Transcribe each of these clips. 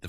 The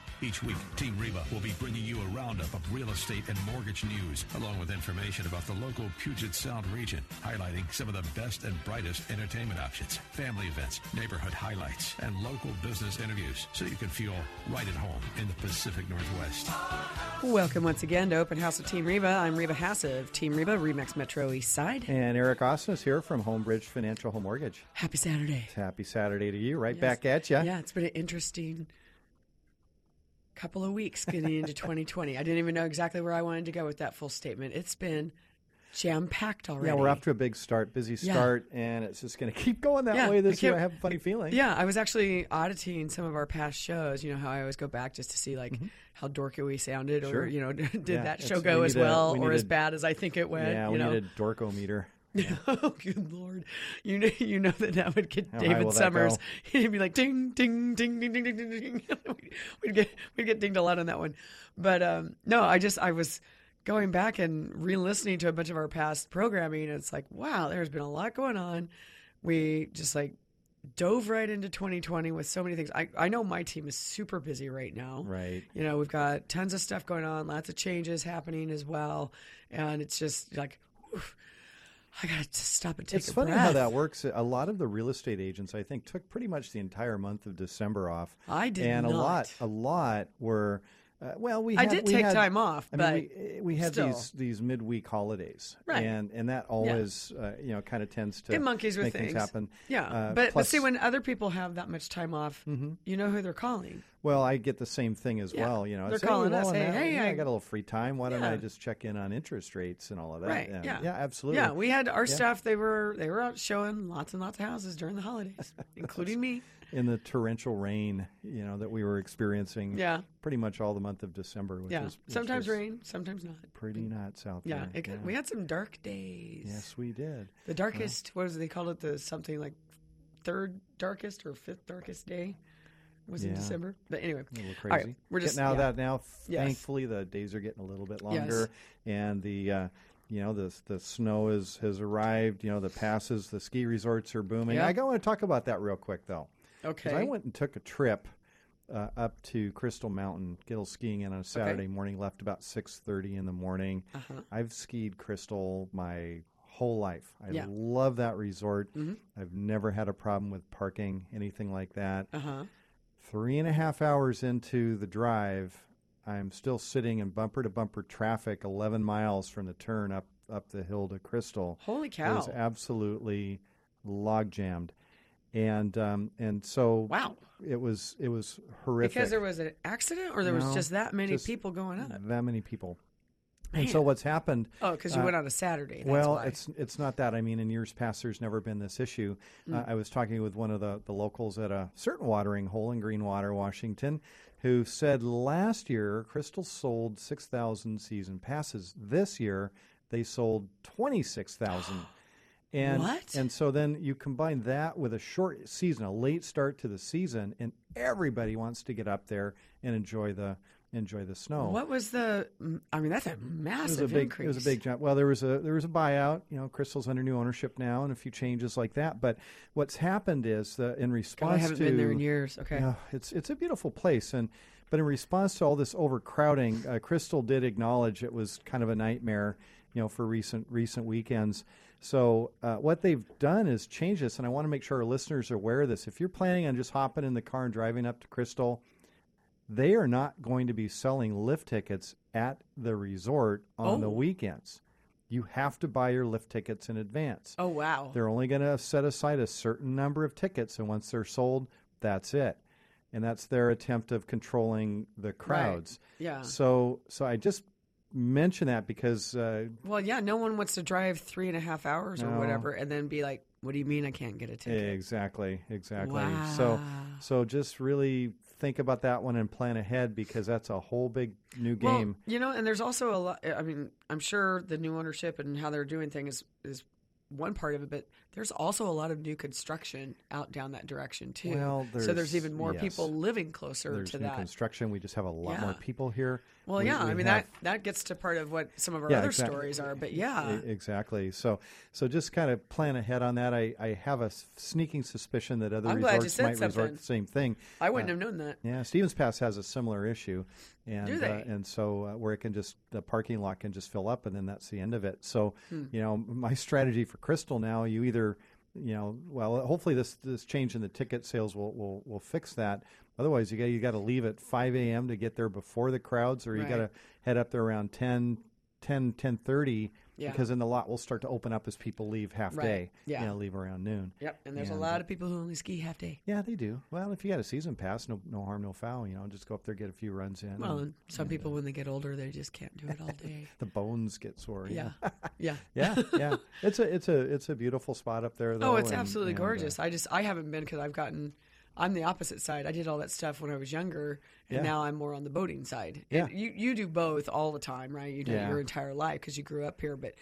Each week, Team Reba will be bringing you a roundup of real estate and mortgage news, along with information about the local Puget Sound region, highlighting some of the best and brightest entertainment options, family events, neighborhood highlights, and local business interviews, so you can feel right at home in the Pacific Northwest. Welcome once again to Open House with Team Reba. I'm Reba Hass of Team Reba, Remax Metro East Side. And Eric Osnes here from Homebridge Financial Home Mortgage. Happy Saturday. Happy Saturday to you. Right back at you. Yeah, it's been an interesting couple of weeks getting into 2020. I didn't even know exactly where I wanted to go with that full statement. It's been jam packed already. we're off to a big start, busy Yeah. start, and it's just going to keep going that Yeah, way I this year. can't- I have a funny feeling. Yeah, I was actually auditing some of our past shows. You know how I always go back just to see like how dorky we sounded, or Mm-hmm. Sure. you know, did Yeah, that show it's- go we as need a- well we or need as a- bad as I think it went? yeah you we know? need a dorkometer. oh, good lord! You know, you know that that would get How high will David that Summers. go? He'd be like, ding, ding, ding, ding, ding, ding, ding, ding. We'd- we'd get we'd get dinged a lot on that one. But um, no, I just I was going back and re-listening to a bunch of our past programming. And it's like, wow, there's been a lot going on. We just like dove right into 2020 with so many things. I I know my team is super busy right now. Right. You know, we've got tons of stuff going on, lots of changes happening as well, and it's just like, oof, I gotta just stop and take it's a funny breath. how that works. A lot of the real estate agents, I think, took pretty much the entire month of December off. I did and a not. lot, a lot were. Uh, well, we I had, did we take had- time off, I but mean, we, eh, we had still. these these midweek holidays, Right. And and that always uh, you know kind of tends to it monkeys with make things. things happen. Yeah, Uh, but but plus- Mm-hmm. see, when other people have that much time off, you know who they're calling. Well, I get the same thing as Yeah. well. You know, They're it's, hey, calling well, us, hey, now, hey, yeah, I, I- got a little free time. Why don't Yeah. I just check in on interest rates and all of that? Right, And- yeah. Uh, absolutely. Yeah, we had our staff. They were they were out showing lots and lots of houses during the holidays, including me. in the torrential rain, you know, that we were experiencing. Yeah. pretty much all the month of December. Which Yeah, was, which sometimes was rain, sometimes not. Pretty nuts out Yeah, there. it, got we had some dark days. yes, we did. The darkest, what was it, they called it? The something like third darkest or fifth darkest day was in Yeah. December. But anyway, A little all crazy. right, we're just now yeah. that now. Yes. Thankfully, the days are getting a little bit Yes. longer, and the uh, you know the the snow is has arrived. You know the passes, the ski resorts are booming. Yeah. I want to talk about that real quick though. 'Cause okay. I went and took a trip uh, up to Crystal Mountain, get a little skiing in on a Saturday morning. Left about six thirty in the morning. Uh-huh, I've skied Crystal my whole life. I Yeah. Mm-hmm. love that resort. I've never had a problem with parking, anything like that. Uh huh. Three and a half hours into the drive, I'm still sitting in bumper to bumper traffic, eleven miles from the turn up up the hill to Crystal. Holy It was cow! absolutely log jammed. And um, and so Wow. it was it was horrific. Because there was an accident, or there was No, just that many just people going up. that many people. And so what's happened? Oh, because you went on a Saturday. That's Uh, well, why. it's it's not that. I mean, in years past, there's never been this issue. Mm. Uh, I was talking with one of the the locals at a certain watering hole in Greenwater, Washington, who said last year Crystal sold six thousand season passes. This year they sold twenty six thousand. And, What? and so then you combine that with a short season, a late start to the season, and everybody wants to get up there and enjoy the enjoy the snow. what was the? I mean, that's a massive It was a big, increase. It was a big jump. Well, there was a there was a buyout. You know, Crystal's under new ownership now, and a few changes like that. But what's happened is that in God, response I haven't to been there in years. Okay. yeah, it's it's a beautiful place, and but in response to all this overcrowding, uh, Crystal did acknowledge it was kind of a nightmare, you know, for recent recent weekends. So uh, what they've done is change this, and I want to make sure our listeners are aware of this. If you're planning on just hopping in the car and driving up to Crystal, they are not going to be selling lift tickets at the resort on the Oh. weekends. You have to buy your lift tickets in advance. Oh wow. They're only going to set aside a certain number of tickets, and once they're sold, that's it. And that's their attempt of controlling Uh. the crowds. Yeah. So, so I just mention that because uh, Well, yeah. No one wants to drive three and a half hours or No. whatever, and then be like, "What do you mean I can't get a ticket?" exactly, exactly. So, Wow. so just really think about that one and plan ahead because that's a whole big new game. Well, you know, and there's also a lot. I mean, I'm sure the new ownership and how they're doing things is, is one part of it, but there's also a lot of new construction out down that direction too. Well, so there's- there's even more yes. people living closer There's to new that. construction. We just have a lot more Yeah. people here. well, We- yeah, we I mean have- that that gets to part of what some of our Yeah, other exact- stories are, but yeah, E- Exactly. So, so just kind of plan ahead on that. I, I have a s- sneaking suspicion that other I'm glad you resorts said might resort to something. the same thing. I wouldn't have known that. Yeah, Stevens Pass has a similar issue, and Do Uh, they? and so uh, where it can just the parking lot can just fill up, and then that's the end of it. So Hmm. you know, my strategy for Crystal now, you either you know, well, hopefully this this change in the ticket sales will will, will fix that. Otherwise, you got you got to leave at five a.m. to get there before the crowds, or you Right. got to head up there around 10, 10, 10.30 Yeah. because then the lot will start to open up as people leave half Right. day. Yeah. you know, leave around noon. Yep, and there's Yeah, a lot of people who only ski half day. Yeah, they do. Well, if you got a season pass, no, no harm, no foul. You know, just go up there, get a few runs in. Well, and and some people when they get older, they just can't do it all day. the bones get sore. you yeah, know. yeah. yeah, yeah. It's a, it's a, it's a beautiful spot up there. Though, Oh, it's and- absolutely and, uh, gorgeous. I just I haven't been because I've gotten I'm the opposite side. I did all that stuff when I was younger, and Yeah. now I'm more on the boating side. Yeah. And you you do both all the time, right? You do Yeah. it your entire life because you grew up here, but.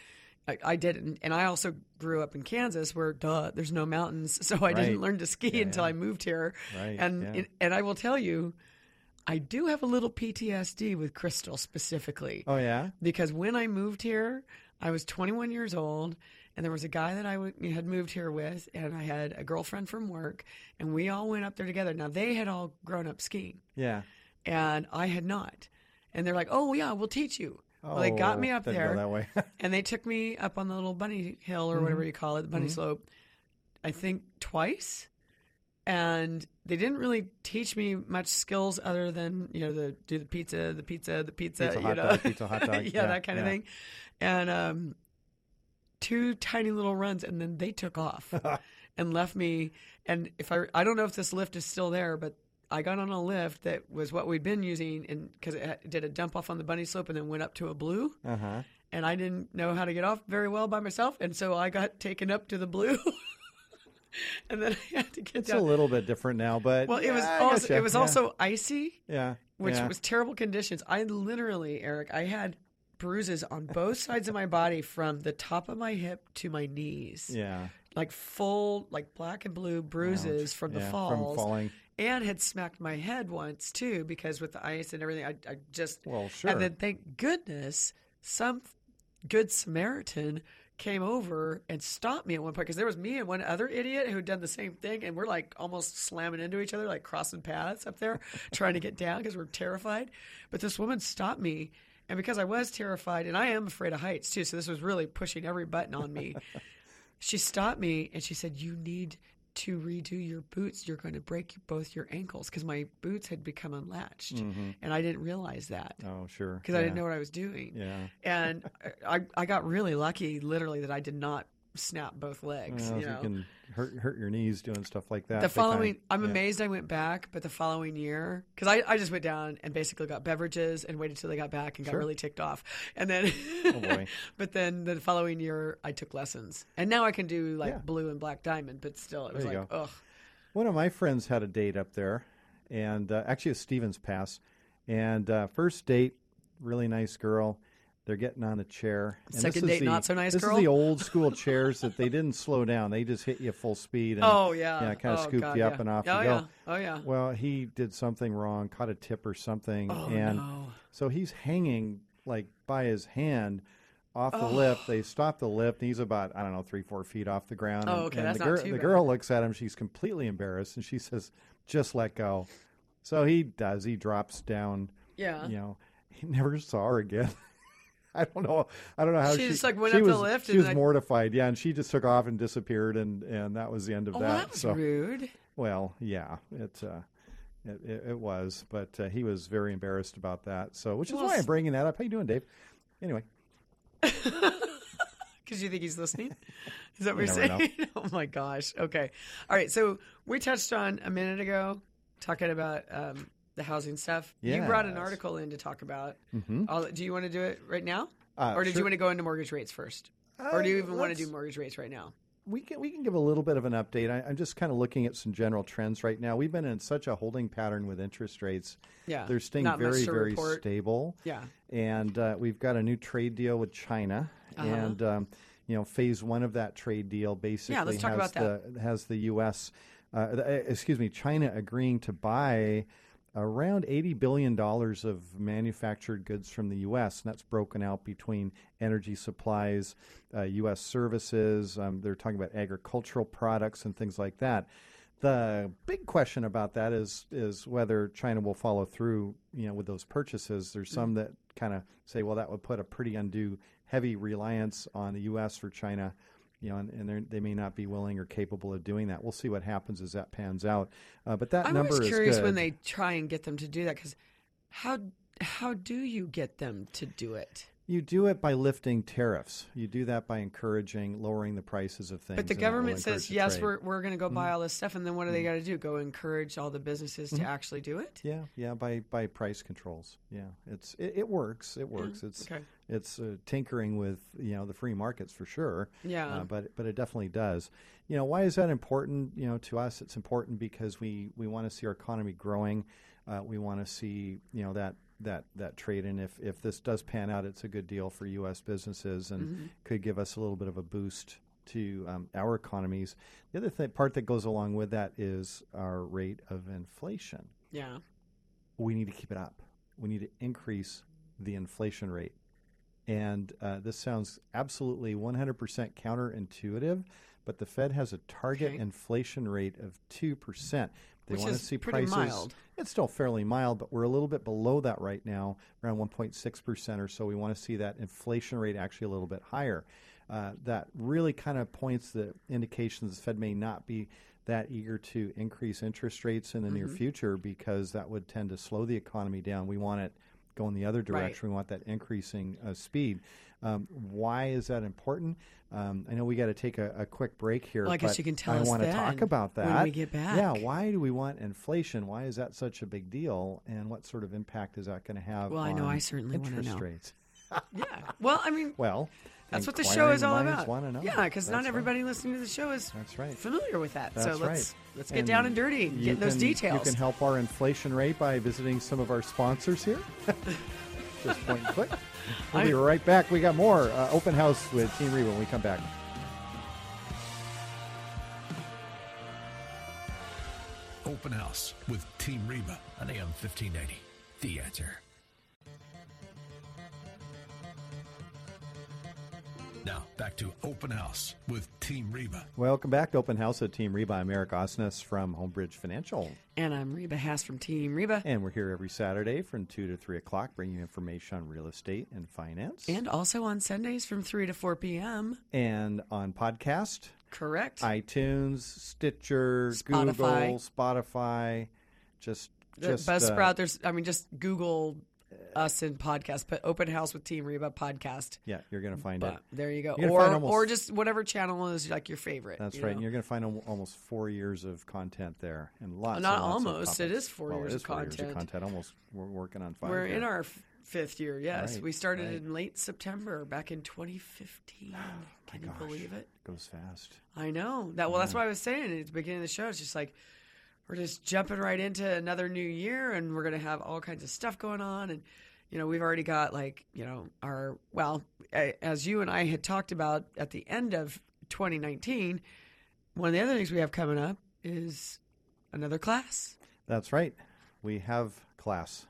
I, I didn't, and I also grew up in Kansas, where duh, there's no mountains, so I Right. didn't learn to ski until I moved here. Right, And yeah. and, and I will tell you, I do have a little PTSD with Crystal specifically oh yeah, because when I moved here, I was 21 years old, and there was a guy that I w- had moved here with, and I had a girlfriend from work, and we all went up there together. Now they had all grown up skiing, yeah. and I had not. And they're like, "Oh yeah, we'll teach you." well, they got Oh, me up didn't go there, that way. and they took me up on the little bunny hill or Mm-hmm. whatever you call it, the bunny slope. I think twice, and they didn't really teach me much skills other than you know the do the pizza, the pizza, the pizza, Pizza, you hot know, dog, pizza, hot dog. yeah, Yeah, that kind yeah. of thing, and um, two tiny little runs, and then they took off and left me. And if I I don't know if this lift is still there, but. I got on a lift that was what we'd been using, and because it had- did a dump off on the bunny slope and then went up to a blue Uh huh. and I didn't know how to get off very well by myself, and so I got taken up to the blue, and then I had to get It's a down. little bit different now, but well, it was yeah, I also gotcha. it was Yeah, also icy, yeah, which yeah. was terrible conditions. I literally, Eric, I had bruises on both sides of my body from the top of my hip to my knees, yeah like full like black and blue bruises from the yeah, falls. from falling. And had smacked my head once too, because with the ice and everything, I, I just Well, sure. and then thank goodness some good Samaritan came over and stopped me at one point because there was me and one other idiot who had done the same thing, and we're like almost slamming into each other, like crossing paths up there, trying to get down because we're terrified. But this woman stopped me, and because I was terrified, and I am afraid of heights too, so this was really pushing every button on me. she stopped me and she said, "You need." To redo your boots, you're going to break both your ankles because my boots had become unlatched, Mm. and I didn't realize that Mm-hmm. oh, sure. because I didn't yeah, know what I was doing. Yeah. And I, I got really lucky, literally, that I did not snap both legs. Well, you you know, can hurt hurt your knees doing stuff like that. the big time. following, I'm Yeah. amazed I went back, but the following year, because I, I just went down and basically got beverages and waited till they got back and got really ticked off, and then, Oh, boy. but then the following year I took lessons, and now I can do like Yeah. blue and black diamond, but still it was you like, go. ugh, One of my friends had a date up there, and uh, actually, it's Stevens Pass. And uh, first date, really nice girl. They're getting on a chair. And this Second is date, the- not so nice This girl? is the old school chairs that they didn't slow down. They just hit you full speed. And, oh yeah, yeah, kind of oh, scooped God, you up yeah. and off oh you go. yeah, oh yeah, Well, he did something wrong, caught a tip or something, Oh, and no. so he's hanging like by his hand off the lift. They stop the lift, and he's about I don't know three four feet off the ground. Oh, and, okay, and that's the, not girl, too the bad. girl looks at him. She's completely embarrassed, and she says, "Just let go." So he does. He drops down. yeah. You know, he never saw her again. I don't know. I don't know how She she just, like, went she up the was- lift She and was then- mortified, yeah, and she just took off and disappeared, and and that was the end of Oh, that. well, that was so rude. well, yeah, it, uh, it, it it was, but uh, he was very embarrassed about that. So, which is Well, why I'm s- bringing that up. How you doing, Dave? Anyway, Because you think he's listening? Is that what you're You never saying? oh my gosh. Okay. All right. So we touched on a minute ago talking about um, the housing stuff. You brought an Yes. Mm-hmm. article in to talk about. All, do you want to do it right now? Uh, or did sure. you want to go into mortgage rates first? or do you Uh, even want to do let's- mortgage rates right now? we can we can give a little bit of an update. I, I'm just kind of looking at some general trends right now. We've been in such a holding pattern with interest rates. Yeah, they're staying not much very to very report. stable. Yeah. Uh-huh. and uh, we've got a new trade deal with China, and um, you know, phase one of that trade deal basically talk has about the that. has the U.S. Uh, the- excuse me, China agreeing to buy around eighty billion dollars of manufactured goods from the U.S. and that's broken out between energy supplies, uh, U.S. services. Um, they're talking about agricultural products and things like that. The big question about that is is whether China will follow through, you know, with those purchases. There's Mm-hmm. some that kind of say, well, that would put a pretty undue heavy reliance on the U.S. for China, you know, and, and they're- they may not be willing or capable of doing that. We'll see what happens as that pans out. Uh, but that I'm number always is curious good. when they try and get them to do that because how how do you get them to do it? You do it by lifting tariffs. You do that by encouraging lowering the prices of things. But the and that will government encourage says the yes, trade. we're we're going to go Mm-hmm. buy all this stuff, and then what do they got to do? Go encourage all the businesses to actually do it? Yeah, yeah, by by price controls. Yeah, it's it, it works. Mm-hmm. It works. It's okay. it's uh, tinkering with you know the free markets for sure. Yeah. uh, but but it definitely does. You know why is that important? You know to us it's important because we we want to see our economy growing. Uh, we want to see you know that. That, that trade and if, if this does pan out, it's a good deal for U.S. businesses Mm-hmm. and could give us a little bit of a boost to um, our economies. The other th- part that goes along with that is our rate of inflation Yeah. we need to keep it up. We need to increase the inflation rate. And uh, this sounds absolutely 100% counterintuitive, but the Fed has a target Okay. inflation rate of 2%. They Which want is to see pretty prices. mild. It's still fairly mild, but we're a little bit below that right now, around 1.6% or so. We want to see that inflation rate actually a little bit higher. Uh, that really kind of points the indications the Fed may not be that eager to increase interest rates in the Mm-hmm. near future because that would tend to slow the economy down. We want it going the other Right. direction. We want that increasing uh, speed. Um, why is that important? Um, I know we got to take a, a quick break here. Well, I guess but you can tell I us want to talk then about when that we get back. Yeah, why do we want inflation? Why is that such a big deal? And what sort of impact is that going to have? Well, I know on I certainly wanna interest know. rates. Yeah. Well, I mean, Well, that's what the show is all about. Want to know? Yeah, because That's not right. everybody listening to the show is That's right. familiar with that. That's so let's right. let's get down and dirty and you get those can- details. You can help our inflation rate by visiting some of our sponsors here. Just point and click. We'll be I- right back. We got more uh, open house with Team Reba when we come back. Open House with Team Reba on AM 1590. The answer. Now, back to Open House with Team Reba. Welcome back to Open House at Team Reba. I'm Eric Osnes from Homebridge Financial, and I'm Reba Hass from Team Reba, and we're here every Saturday from 2 to 3 o'clock bringing you information on real estate and finance. and also on Sundays from three to four p.m. And on podcast, Correct. iTunes, Stitcher, Spotify. Google, Spotify, just, The just uh, Buzzsprout. there's, I mean, just Google us in podcast, but Open House with Team Reba podcast. yeah, you're going to find But it. there you go, You're gonna or find almost- or just whatever channel is like your favorite. That's you right. know? And you're going to find al- almost four years of content there, and lots. Not and lots almost. Of It topics. is four Well, it years is of four years of content. content. Almost. We're working on 5 We're in here. our f- fifth year. Yes, Right, we started right. in late September back in 2015. Can you Gosh, believe it? Goes fast. I know that. Well, that's what I was saying at the beginning of the show. It's just like we're just jumping right into another new year, and we're going to have all kinds of stuff going on. And you know, we've already got like you know our well, a- as you and I had talked about at the end of 2019. One of the other things we have coming up is another class. That's right. We have class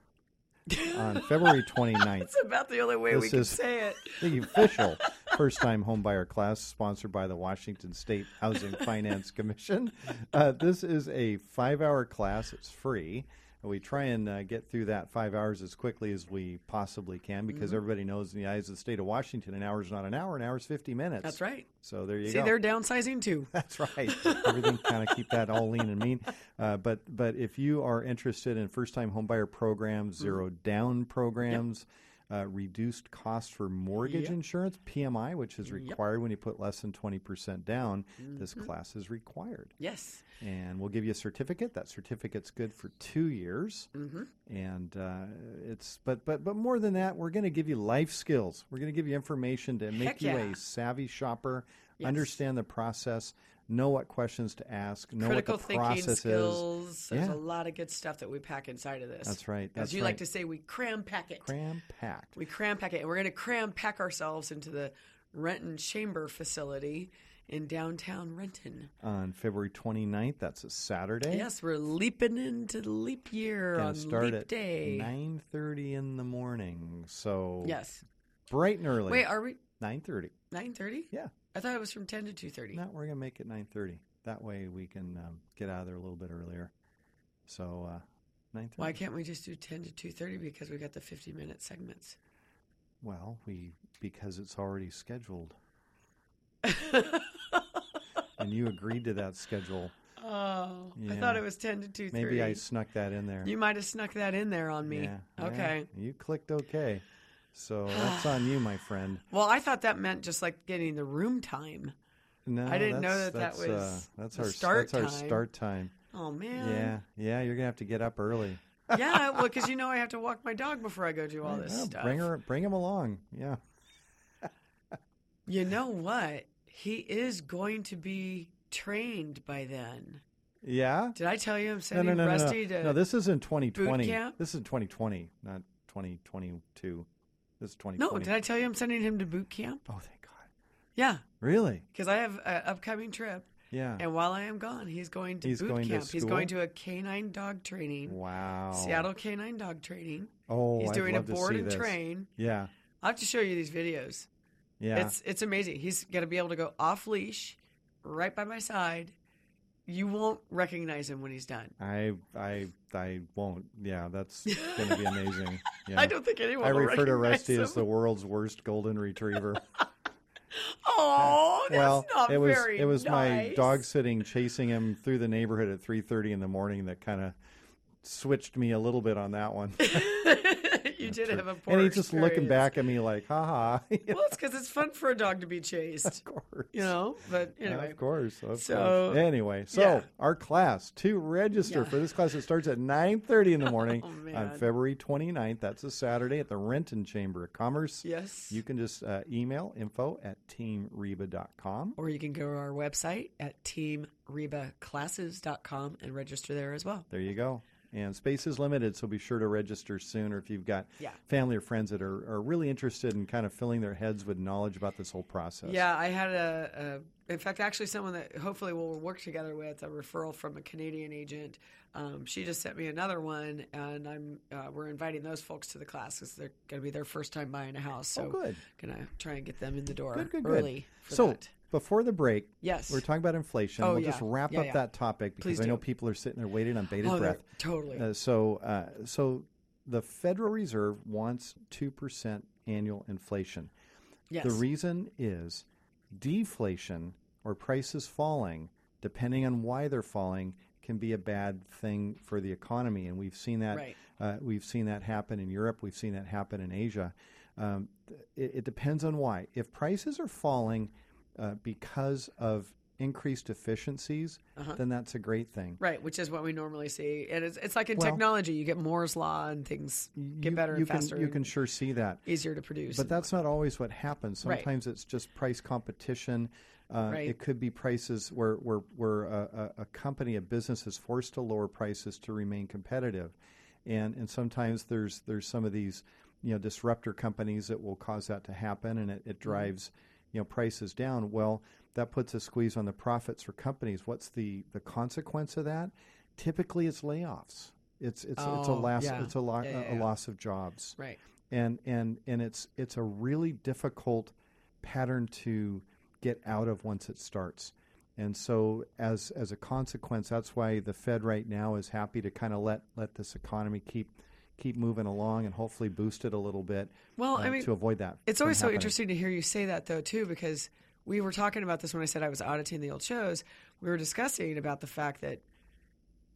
on February 29th. It's about the only way we This can is- say it. the official first time homebuyer class sponsored by the Washington State Housing Finance Commission. Uh, this is a five hour class, it's free. We try and uh, get through that five hours as quickly as we possibly can Mm-hmm. because everybody knows in the eyes of the state of Washington, an hour is not an hour, an hour is 50 minutes. That's right. So there you See, go. they're downsizing too. That's right. Everything kind of keep that all lean and mean. Uh, but but if you are interested in first time homebuyer programs, zero down programs, uh, reduced cost for mortgage insurance (PMI), which is required when you put less than twenty percent down, this class is required. Yes. And we'll give you a certificate. That certificate's good for two years. Mm-hmm. And uh, it's but but but more than that, we're going to give you life skills. We're going to give you information to make Heck you yeah. a savvy shopper, Yes. understand the process, know what questions to ask, know Critical what the thinking process is. skills. There's Yeah. a lot of good stuff that we pack inside of this. That's right. That's As you right. like to say, we cram pack it. cram packed. We cram pack it, and we're going to cram pack ourselves into the Renton Chamber Facility in downtown Renton. on February 29th. That's a Saturday. Yes, we're leaping into leap year Gonna on start leap at day. 9:30 in the morning. So Yes. bright and early. Wait, are we 9:30. nine thirty? Yeah. I thought it was from ten to two thirty. No, we're gonna make it 9:30. That way we can um, get out of there a little bit earlier. So uh, 9:30. Why can't we just do ten to two thirty? Because we got the fifty minute segments. Well, we because it's already scheduled, and you agreed to that schedule. Oh, I thought Yeah. it was ten to two thirty. Maybe I snuck that in there. You might have snuck that in there on me. Yeah, yeah. okay. You clicked okay. So that's on you, my friend. Well, I thought that meant just like getting the room time. No, I didn't know that that's- that that's, uh, was that's the our start that's our time. start time. Oh man. Yeah, yeah. You're gonna have to get up early. Yeah. yeah well, because you know I have to walk my dog before I go do all this Yeah, stuff. Bring her, bring him along. Yeah. You know what? He is going to be trained by then. Yeah. Did I tell you I'm No, sending no, no, no, Rusty no. to? No, this is in 2020. boot camp? This is 2020, not 2022. This is 2020. No, did I tell you I'm sending him to boot camp? Oh, thank God. Yeah, Really? because I have an upcoming trip, Yeah. and while I am gone, he's going to He's boot going to camp. he's going school? to a canine dog training, wow. Seattle canine dog training. Oh, he's I'd doing a love to board see and this. train. Yeah. I'll have to show you these videos. Yeah. It's it's amazing. He's going to be able to go off leash, right by my side. You won't recognize him when he's done. I I I won't. Yeah, that's going to be amazing. Yeah. I don't think anyone. I will refer to recognize Rusty him. as the world's worst golden retriever. Oh, that's well, not it was very it was my nice. dog sitting chasing him through the neighborhood at 3:30 in the morning that kind of switched me a little bit on that one. you did have a poor. and he's just looking experience. back at me like, "Ha ha." well, it's because it's fun for a dog to be chased, of course. you know. But anyway, Of course. Of So- course. Anyway, so yeah. our class to register Yeah. Oh, for this class it starts at 9:30 in the morning on man. February 29th. That's a Saturday at the Renton Chamber of Commerce. yes. You can just uh, email info at teamreba.com. or you can go to our website at teamrebaclasses.com and register there as well. There you go. And space is limited, so be sure to register soon. Or if you've got Yeah. family or friends that are, are really interested in kind of filling their heads with knowledge about this whole process. Yeah, I had a, a, in fact, actually, someone that hopefully we'll work together with, a referral from a Canadian agent. Um, she just sent me another one, and I'm uh, we're inviting those folks to the class because they're going to be their first time buying a house. So Oh, good. going to try and get them in the door Good, good, good. early. For so that. before the break, Yes. we're talking about inflation. Oh, we'll just yeah. wrap Yeah, up yeah. that topic because Please I know do. people are sitting there waiting on bated Oh, they're- breath. totally. Uh, so, uh, so the Federal Reserve wants two percent annual inflation. yes. The reason is deflation or prices falling, depending on why they're falling, can be a bad thing for the economy, and we've seen that. Right. Uh, we've seen that happen in Europe. We've seen that happen in Asia. Um, th- it, it depends on why. If prices are falling uh, because of increased efficiencies, then that's a great thing. Uh-huh. Right, which is what we normally see, and it's it's like in Well- technology, you get Moore's law and things get You- better and you faster, Can, you and can sure see that. easier to produce. But that's not always what happens. Right. Sometimes it's just price competition. Uh, Right. It could be prices where where, where a, a a company, a business, is forced to lower prices to remain competitive, and and sometimes there's there's some of these you know disruptor companies that will cause that to happen, and it, Mm-hmm. it drives you know prices down. Well, that puts a squeeze on the profits for companies. What's the the consequence of that? Typically, it's layoffs. It's it's it's a Oh, loss yeah. it's a, lo- Yeah, yeah, a yeah. loss of jobs right, and and and it's it's a really difficult pattern to get out of once it starts and so as as a consequence that's why the fed right now is happy to kind of let let this economy keep keep moving along and hopefully boost it a little bit uh, Well, I mean, to avoid that it's from always so happening. interesting to hear you say that though too, because we were talking about this when I said I was auditing the old shows. We were discussing about the fact that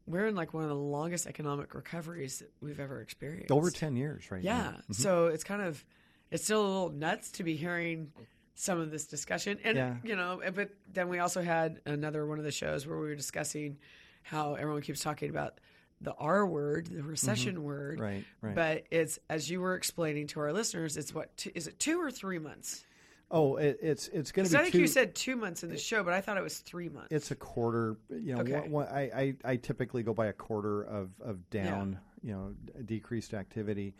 we're in like one of the longest economic recoveries that we've ever experienced. over 10 years right Yeah. now. So it's kind of it's still a little nuts to be hearing some of this discussion. And Yeah. you know, but then we also had another one of the shows where we were discussing how everyone keeps talking about the R word, the recession word. Mm-hmm. Right, right. But it's as you were explaining to our listeners, it's what two, is it 2 or 3 months? oh it, it's it's going 'Cause to be I think two, you said 2 months in the show, but I thought it was 3 months. it's a quarter you know Okay. one, one, I, I i typically go by a quarter of of down you know d- decreased activity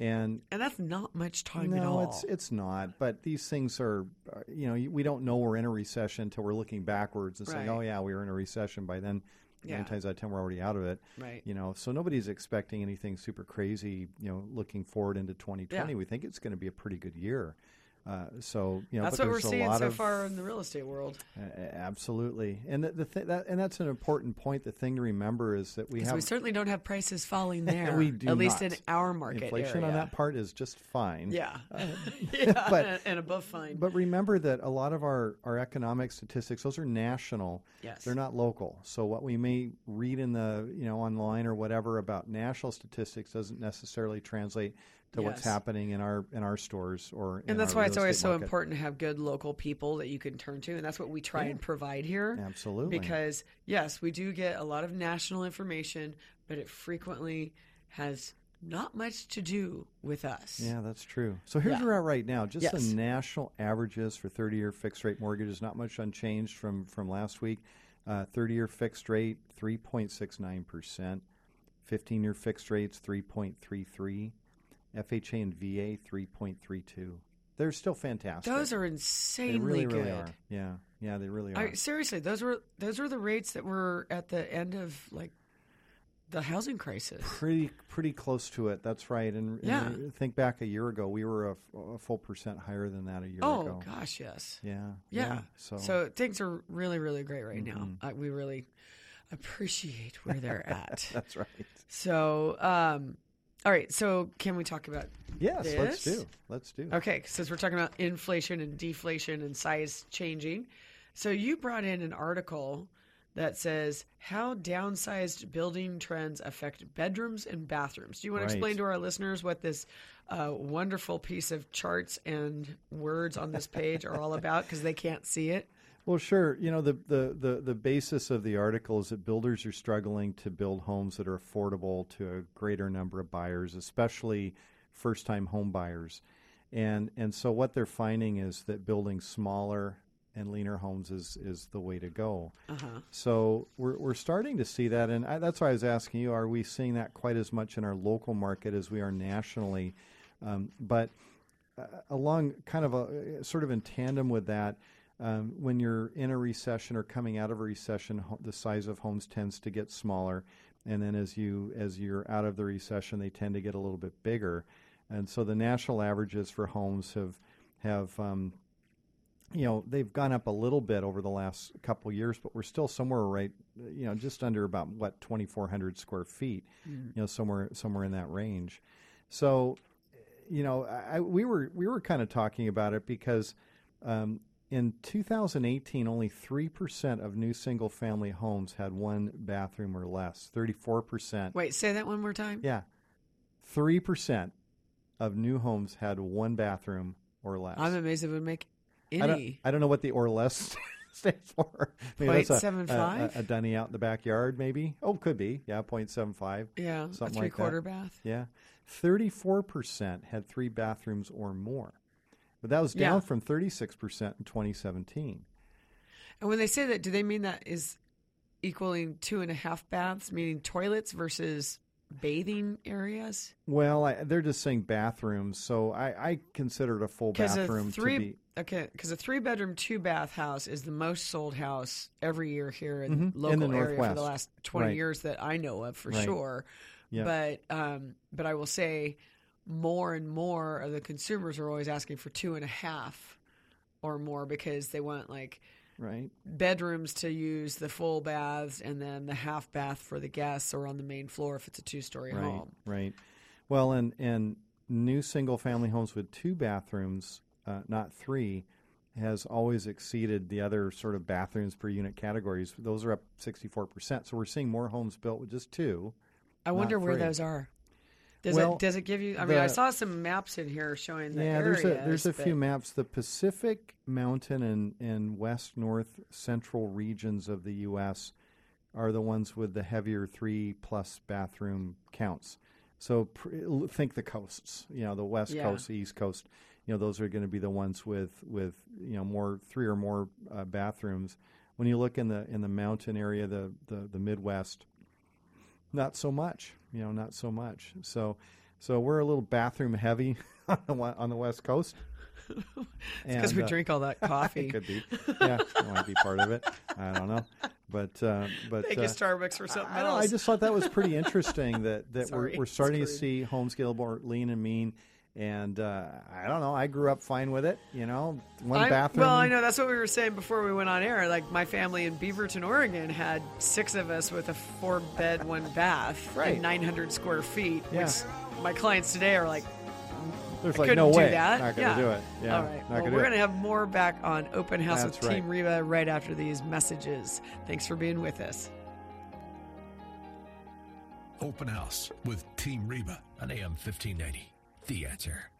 And And that's not much time at no, all. it's it's not. But these things are, are- you know, you- we don't know we're in a recession until we're looking backwards and saying, Right. "Oh yeah, we were in a recession." By then, Yeah. nine times out of ten, we're already out of it. Right. You know, so nobody's expecting anything super crazy. You know, looking forward into 2020, Yeah. we think it's going to be a pretty good year. Uh, so you know, that's but what we're there's a seeing lot so of, far in the real estate world. uh, absolutely, and the, the th- that, and that's an important point. The thing to remember is that we 'Cause have we certainly don't have prices falling there. we do at least not. in our market. inflation on area. that part is just fine. Yeah. yeah. but- and above fine. But remember that a lot of our, our economic statistics, those are national. Yes. They're not local. So what we may read in the, you know, online or whatever about national statistics doesn't necessarily translate to what's Yes. happening in our in our stores or in and that's our why real it's always estate so market. important to have good local people that you can turn to. And that's what we try and provide here. Absolutely. Because, yes, we do get a lot of national information, but it frequently has not much to do with us. Yeah, that's true. So here's where we're at right now. Just Yes. the national averages for 30 year fixed rate mortgages, not much unchanged from, from last week. Uh, 30 year fixed rate, 3.69%. 15 year fixed rates, 3.33. FHA and VA, 3.32. They're still fantastic. Those are they insanely really, good. really are. Yeah, yeah, they really are. I, seriously, those were those were the rates that were at the end of like the housing crisis. pretty pretty close to it. That's right. And, and Yeah. think back a year ago, we were a, f- a full percent higher than that a year Oh ago. gosh, yes. Yeah, Yeah. So, Mm-hmm. things are really, really great right now. Uh, we really appreciate where they're at. that's right. so, um, all right. So, can we talk about? Yes, let's this? do. Let's do. Okay, since we're talking about inflation and deflation and size changing, so you brought in an article that says how downsized building trends affect bedrooms and bathrooms. Do you want Right. to explain to our listeners what this uh, wonderful piece of charts and words on this page are all about? Because they can't see it. Well, sure. You know, the, the, the, the basis of the article is that builders are struggling to build homes that are affordable to a greater number of buyers, especially first time home buyers. And, and so what they're finding is that building smaller and leaner homes is, is the way to go. So we're, we're starting to see that. And I, that's why I was asking you are we seeing that quite as much in our local market as we are nationally? Um, but uh, along kind of a sort of in tandem with that um, when you're in a recession or coming out of a recession ho- the size of homes tends to get smaller and then as you as you're out of the recession they tend to get a little bit bigger and so the national averages for homes have have um, you know they've gone up a little bit over the last couple years, but we're still somewhere right, you know, just under about what twenty four hundred square feet, you know, somewhere somewhere in that range. So, you know, I, I- we were we were kind of talking about it because um, in 2018, only three percent of new single family homes had one bathroom or less. Thirty four percent, Wait, say that one more time. yeah, three percent of new homes had one bathroom or less. I'm amazed it would make I don't, any. I don't know what the or less stands for. Maybe that's a- 0.75? A, a, dunny out in the backyard, maybe. Oh, could be. Yeah, 0.75. Yeah, something a like that. three quarter bath. Yeah. 34% had three bathrooms or more. But that was down Yeah. from 36% in 2017. And when they say that, do they mean that is equaling two and a half baths, meaning toilets versus bathing areas? Well, I, they're just saying bathrooms, so I, I considered a full Because bathroom a three to be. okay, because a three bedroom two bath house is the most sold house every year here in Mhm, in the local area for Northwest. the last twenty Right. years that I know of for Right. sure. But um, but I will say more and more of the consumers are always asking for two and a half or more because they want like Right. bedrooms to use the full baths and then the half bath for the guests or on the main floor if it's a two story right, home. Right. Well, and and new single family homes with two bathrooms, uh, not three, has always exceeded the other sort of bathrooms per unit categories. Those are up sixty four percent. So we're seeing more homes built with just two. I wonder where free. those are. Does Well, it does it give you? I mean, I the- saw some maps in here showing the yeah, areas. there's a there's a but- few maps. The Pacific, Mountain, and and West, North, Central regions of the U.S. are the ones with the heavier three plus bathroom counts. So pr- think the coasts, you know, the West Yeah. Coast, the East Coast. You know, those are going to be the ones with with you know more three or more uh, bathrooms. When you look in the in the mountain area, the the, the Midwest, not so much. You know, not so much. So So we're a little bathroom heavy on the, wa- on the West Coast. because And, we uh, drink all that It coffee. could be. Yeah, that might be part of it. I don't know. But uh, but Thank you, uh, Starbucks, for something I, don't know, else. I just thought that was pretty interesting that, that Sorry, we're, we're starting to screwed. see home scalable lean and mean. And uh, I don't know. I grew up fine with it. You know, one I'm- bathroom. Well, I know that's what we were saying before we went on air. Like my family in Beaverton, Oregon, had six of us with a four bed, one bath, Right. and 900 square feet. Yeah. Which my clients today are like, There's couldn't like no do way. that. Not going yeah. to do it. Yeah. All right. Not Well, gonna we're do it. going to have more back on Open House That's with right. Team Reba right after these messages. Thanks for being with us. Open House with Team Reba on AM 1590. The answer.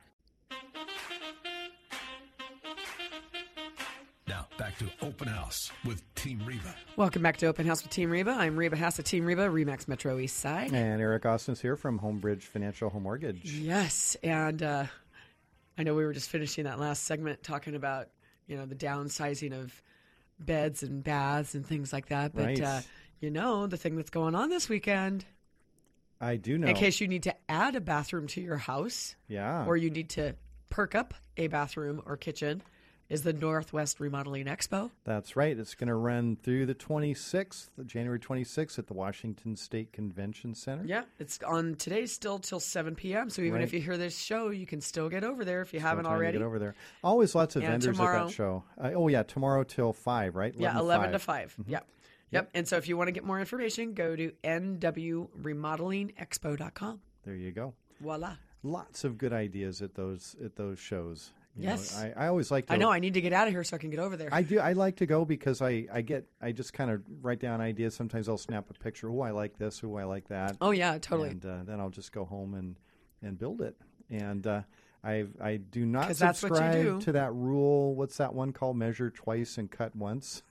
Now back to Open House with Team Reba. Welcome back to Open House with Team Reba. I'm Reba Hass of Team Reba, Remax Metro East Side. And Eric Austin's here from Homebridge Financial Home Mm. Mortgage. Yes, and uh, I know we were just finishing that last segment talking about you know the downsizing of beds and baths and things like that. But Right. uh, you know the thing that's going on this weekend. I do know. In case you need to add a bathroom to your house, yeah. or you need to perk up a bathroom or kitchen, is the Northwest Remodeling Expo. That's right. It's going to run through the 26th, January 26th at the Washington State Convention Center. Yeah, it's on today still till seven p.m. So even if Right. you hear this show, you can still get over there if you haven't Still trying to already. Get over there. Always lots of And vendors at tomorrow- that show. Uh, oh, yeah. Tomorrow till 5, right? Yeah, 11 to 5. Mm-hmm. Yep. Yep. And so if you want to get more information, go to nwremodelingexpo.com. There you go. Voila. Lots of good ideas at those at those shows. You know, Yes. I, I always like to I know I need to get out of here so I can get over there. I do. I like to go because I, I get I just kind of write down ideas. Sometimes I'll snap a picture. Oh, I like this. Oh, I like that. oh yeah, totally. And uh, then I'll just go home and and build it. And uh, I I do not 'Cause that's what you subscribe do. to that rule. What's that one called? Measure twice and cut once.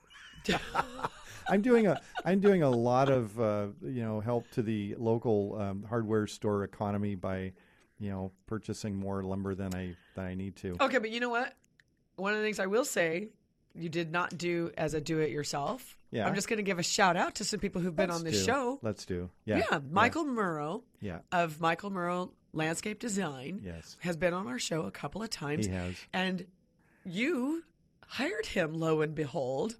I'm doing a I'm doing a lot of uh, you know help to the local um, hardware store economy by you know purchasing more lumber than I than I need to. Okay, but you know what? One of the things I will say you did not do as a do it yourself. Yeah. I'm just going to give a shout out to some people who've been on this do. show. Let's do. Yeah. Yeah, Michael Murrow Yeah. of Michael Murrow Landscape Design Yes. has been on our show a couple of times. He has. And you hired him, lo and behold.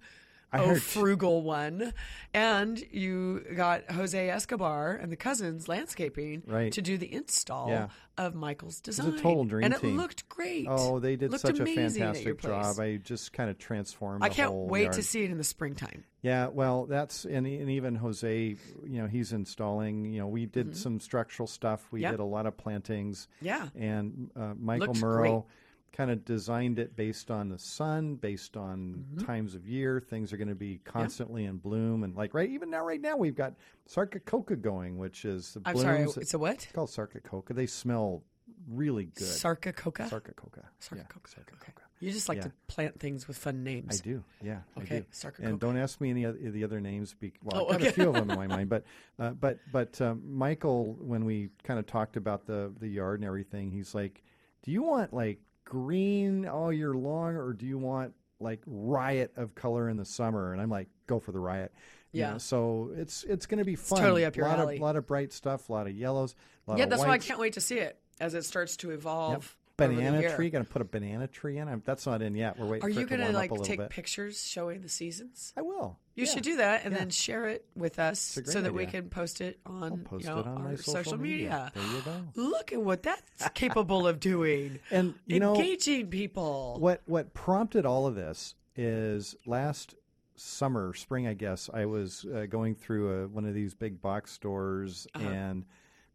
I oh, heard. frugal one. And you got Jose Escobar and the cousins landscaping Right. to do the install Yeah. of Michael's design. a total dream And it team. looked great. Oh, they did Looked such a amazing at your fantastic place. job. I just kind of transformed. I the can't whole wait yard. to see it in the springtime. Yeah, well, that's and, e, and even Jose, you know, he's installing. You know, we did some structural stuff. We Mm-hmm. Yeah. did a lot of plantings. Yeah. and uh, Michael Looks Murrow kind of designed it based on the sun, based on Mm-hmm. times of year. Things are going to be constantly in bloom, and like right even now, right now we've got Sarcococa going, which is the I'm blooms. sorry. that- It's a what? it's called Sarcococa. They smell really good. Sarca Coca? Sarcococa. Yeah, Sarca-coca. Okay. You just like Yeah. to plant things with fun I names. do, yeah. I Okay, do. Sarcococa. And don't ask me any of the other names. Be- well, Oh, I've got okay. a few of them in my mind, but uh, but but um, Michael, when we kind of talked about the the yard and everything, he's like, "Do you want like green all year long, or do you want like riot of color in the summer?" And I'm like, "Go for the riot." you Yeah. know? so it's it's going to be fun. totally up your lot alley. Of, lot of bright stuff, a lot of yellows, a lot Yeah, of that's why I whites. can't wait to see it as it starts to evolve. over the Banana year. tree, going to put a banana tree in. I'm, that's not in yet. We're waiting. Are for you it to gonna warm up like a little take bit. pictures showing the seasons? I will. You Yeah. should do that and Yeah. then share it with us so great that we idea. can post it on, I'll post you know, it on our my social, media. There you go. Look at what that's capable of doing. And you know Engaging people. what? What prompted all of this is last summer, spring, I guess. I was uh, going through a, one of these big box stores, and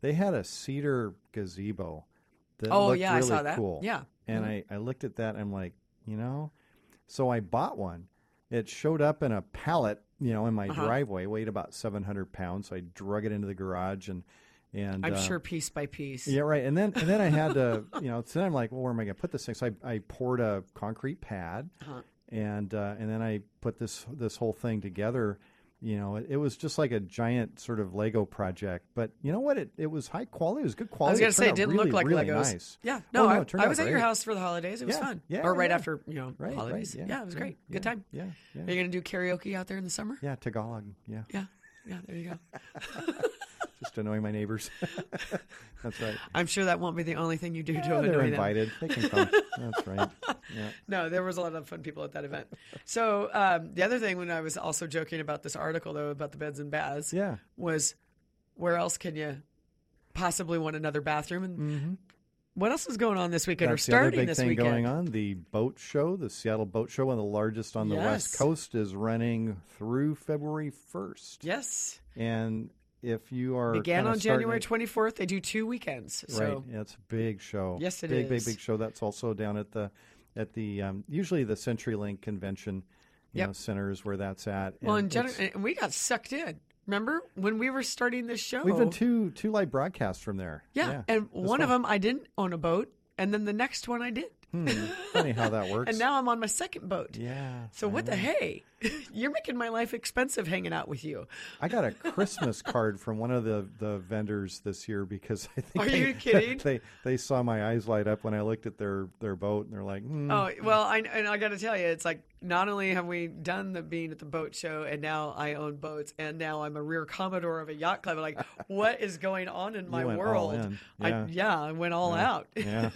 they had a cedar gazebo. That Mm-hmm. Oh, looked yeah, I really saw that. Cool. Yeah. and I, I looked at that. and I'm like, you know, so I bought one. It showed up in a pallet, you know, in my driveway. Weighed about 700 pounds. So I drug it into the garage and. And I'm uh, sure piece by piece. Yeah, right. And then and then I had to, you know, so then I'm like, well, where am I going to put this thing? So I, I poured a concrete pad, Uh-huh. and uh, and then I put this this whole thing together. You know, it, it was just like a giant sort of Lego project. But you know what? It it was high quality. It was good I was quality. gonna say turned it out didn't really, look like really Legos. Nice. Yeah, Oh, no, no, I, it turned I out was at your great. house for the holidays. It was Yeah, fun. yeah, or right yeah. after you know Right, right, holidays. yeah, yeah, it was yeah, great. yeah, Good time. yeah, yeah. Are you gonna do karaoke out there in the summer? Yeah, Tagalog. Yeah. Yeah, yeah there you go. just annoy my neighbors. That's right. I'm sure that won't be the only thing you do to Yeah, they're annoy them. invited. They can come. That's right. Yeah. No, there was a lot of fun people at that event. So um, the other thing when I was also joking about this article though about the beds and baths, Yeah. was where else can you possibly want another bathroom? And what else was going on this weekend or Mm-hmm. That's the other starting big this thing weekend? going on. The boat show, the Seattle Boat Show, one of the largest on the West Yes. Coast, is running through February 1st. Yes, And if you are began kinda on starting January it- 24th. They do two weekends. So Right. Yeah, it's a big show. Yes, it it is. big, is. Big, big show. That's also down at the at the um, usually the CenturyLink convention you Yep. know, centers where that's at. well, in And general, it's- and we got sucked in. Remember when we were starting this show? we've done two two live broadcasts from there. yeah, and That's one of them I didn't own a boat, and then the next one I did, funny how that works. and now I'm on my second boat. yeah. So what the hey? You're making my life expensive hanging out with you. I got a Christmas card from one of the, the vendors this year because I think Are they, you kidding? They they saw my eyes light up when I looked at their, their boat and they're like, "Hmm, Oh well, I and I got to tell you, it's like not only have we done the being at the boat show, and now I own boats, and now I'm a rear commodore of a yacht club. Like, what is going on in my went all world? in. I Yeah. yeah, I went all out. yeah.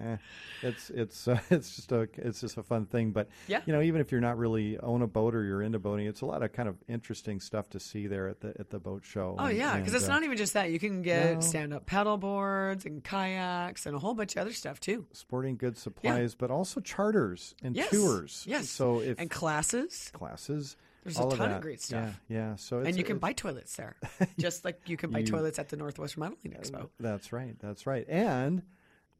Eh, it's it's uh, it's just a it's just a fun thing, but Yeah. you know, even if you're not really own a boat or you're into boating, it's a lot of kind of interesting stuff to see there at the at the boat show. Oh yeah, because it's not even just that. You can get uh, no. stand up paddle boards and kayaks and a whole bunch of other stuff too. sporting goods supplies, but also charters and Yes, tours. yes. So if And classes, classes, There's a all ton of that. great stuff. Yeah, yeah. So it's, and you can it's- buy toilets there, just like you can buy You- toilets at the Northwest Remodeling Expo. That's right. That's right. And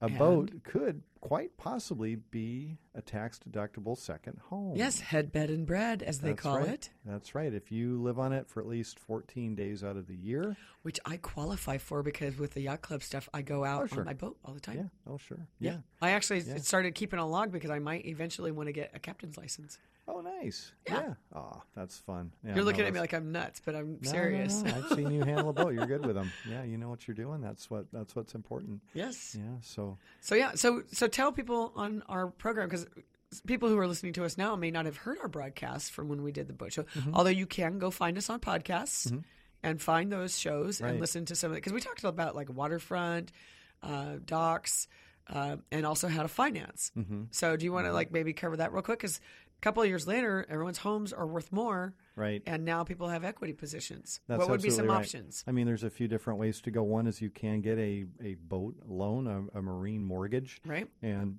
a boat could quite possibly be a tax deductible second home. Yes, head, bed, and bread, as they That's call right. it, That's right. If you live on it for at least 14 days out of the year. which I qualify for because with the yacht club stuff, I go out on my boat all the time. Oh, Yeah. Oh, sure. Yeah. Yeah. I actually started keeping a log because I might eventually want to get a captain's license. Oh, nice. Yeah. Oh, that's fun. Yeah, You're no, looking at me that's- like I'm nuts, but I'm No, no, serious. no, I've seen you handle a boat. You're good with them. Yeah. You know what you're doing. That's what, that's what's important. yes. Yeah. So So yeah, so so tell people on our program because people who are listening to us now may not have heard our broadcasts from when we did the boat show. Mm-hmm. Although you can go find us on podcasts and find those shows and Right. listen to some of it because we talked about like waterfront, uh, docks, uh, and also how to finance. mm-hmm, So do you want to like maybe cover that real quick? Because a couple of years later, everyone's homes are worth more. Right. And now people have equity positions. That's what would be some absolutely right. options? I mean, there's a few different ways to go. One is you can get a, a boat loan, a, a marine mortgage, Right. and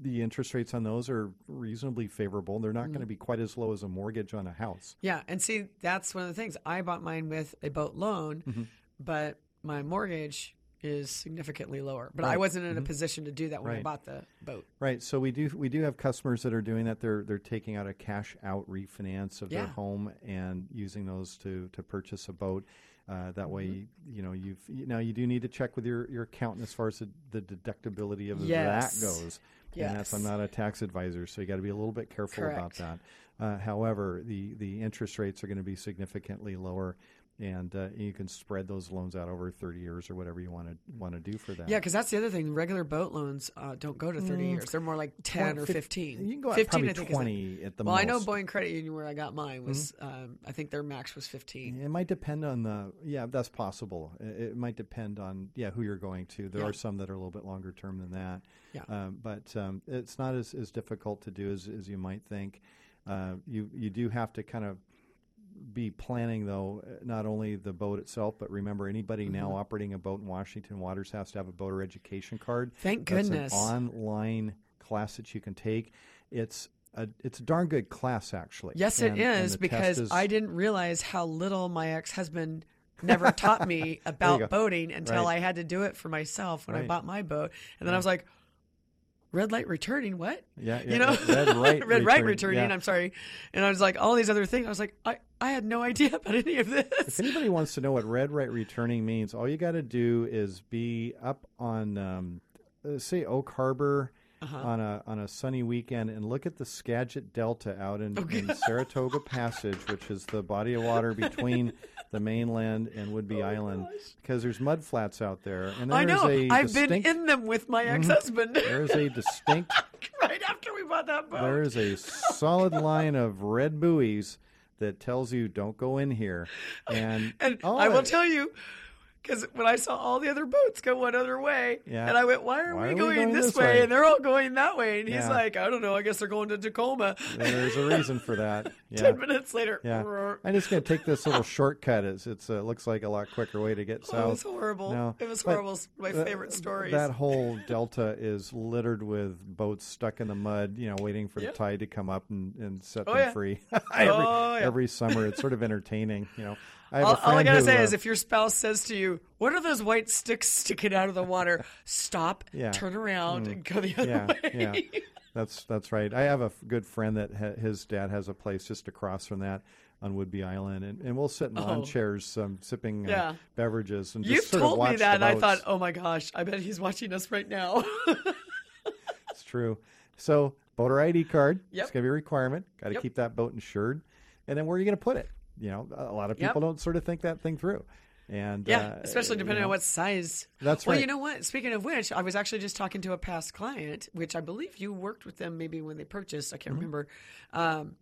the interest rates on those are reasonably favorable. They're not going to be quite as low as a mortgage on a house. Yeah, and see, that's one of the things. I bought mine with a boat loan, Mm-hmm. but my mortgage is significantly lower. But I wasn't in a position to do that when I Mm-hmm. bought Right. the boat. Right. So we do we do have customers that are doing that. They're they're taking out a cash out refinance of Yeah. their home and using those to to purchase a boat. Uh, that way, Mm-hmm. you know you've you now you do need to check with your your accountant as far as the, the deductibility of Yes. that goes. And that's I'm Yes. not a tax advisor, so you got to be a little bit careful about Correct. that. Uh, however, the the interest rates are going to be significantly lower. And uh, you can spread those loans out over 30 years or whatever you want to want to do for that. Yeah, because that's the other thing. Regular boat loans uh, don't go to 30 years. They're more like 10 Mm. Well, or fif- 15. You can go out 15, probably I think, is the- 20 at the Well, most. Mm-hmm. I know Boeing Credit Union, where I got mine, was um, I think their max was 15. It might depend on the yeah, that's possible. It, it might depend on yeah who you're going to. There Yeah. are some that are a little bit longer term than that. Yeah. Um, but um, it's not as, as difficult to do as, as you might think. Uh, you you do have to kind of be planning though uh, not only the boat itself, but remember anybody Mm-hmm. now operating a boat in Washington waters has to have a boater education card. Thank That's an goodness. online class that you can take. It's a it's a darn good class actually. Yes, And- it and is the test because is- I didn't realize how little my ex husband never taught me go. about boating until Right. I had to do it for myself when I Right. bought my boat. And then I was like, red light returning, what? Yeah, yeah, you know, red right red right returning, returning. yeah. I'm sorry. And I was like, all these other things. I was like, I, I had no idea about any of If this. anybody wants to know what red right returning means, all you got to do is be up on, um, uh, say, Oak Harbor Uh-huh. on a on a sunny weekend and look at the Skagit Delta out Oh, in, in Saratoga Passage, which is the body of water between the mainland and Woodby Island, because there's mud flats out there. And Oh, I there's know. A I've been distinct, Mm-hmm. in them with my ex husband There is a distinct right after we bought that boat. There is a solid line of red buoys that tells you don't go in here. And, And oh, I will it- tell you, because when I saw all the other boats go one other way, Yeah. and I went, "Why are, Why we, are we going going this, this way? way? And they're all going that way, and he's Yeah. like, "I don't know. I guess they're going to Tacoma." there's a reason for that. Yeah. Ten minutes later, "Oh, Yeah. roar. I'm just going to take this little shortcut. It's, it's uh, looks like a lot quicker way to oh, get it south. was horrible. no. It was But horrible. It's my Th- favorite stories. That whole delta is littered with boats stuck in the mud, you know, waiting for Yeah. the tide to come up and, and set Oh, them yeah. free. every, Oh, yeah. every summer, it's sort of entertaining, you know. I have all, a all I friend gotta who, say uh, is, if your spouse says to you, "What are those white sticks sticking out of the water?" Stop, Yeah. Mm. turn around, and go the other yeah, way. yeah, that's that's right. I have a f- good friend that ha- his dad has a place just across from that on Woodby Island, and, and we'll sit in lawn Oh. chairs um, sipping uh, Yeah. beverages and You've just sort of told watch me the that, and I boats. thought, "Oh my gosh, I bet he's watching us right now." It's true. So voter ID card. Yep. It's going to be a requirement. Got to Yep. keep that boat insured. And then where are you going to put it? You know, a lot of Yep. people don't sort of think that thing through. And Yeah, uh, especially you depending know, on what size. That's well, right. you know what? Speaking of which, I was actually just talking to a past client, which I believe you worked with them maybe when they purchased. I can't Mm-hmm. remember. Um,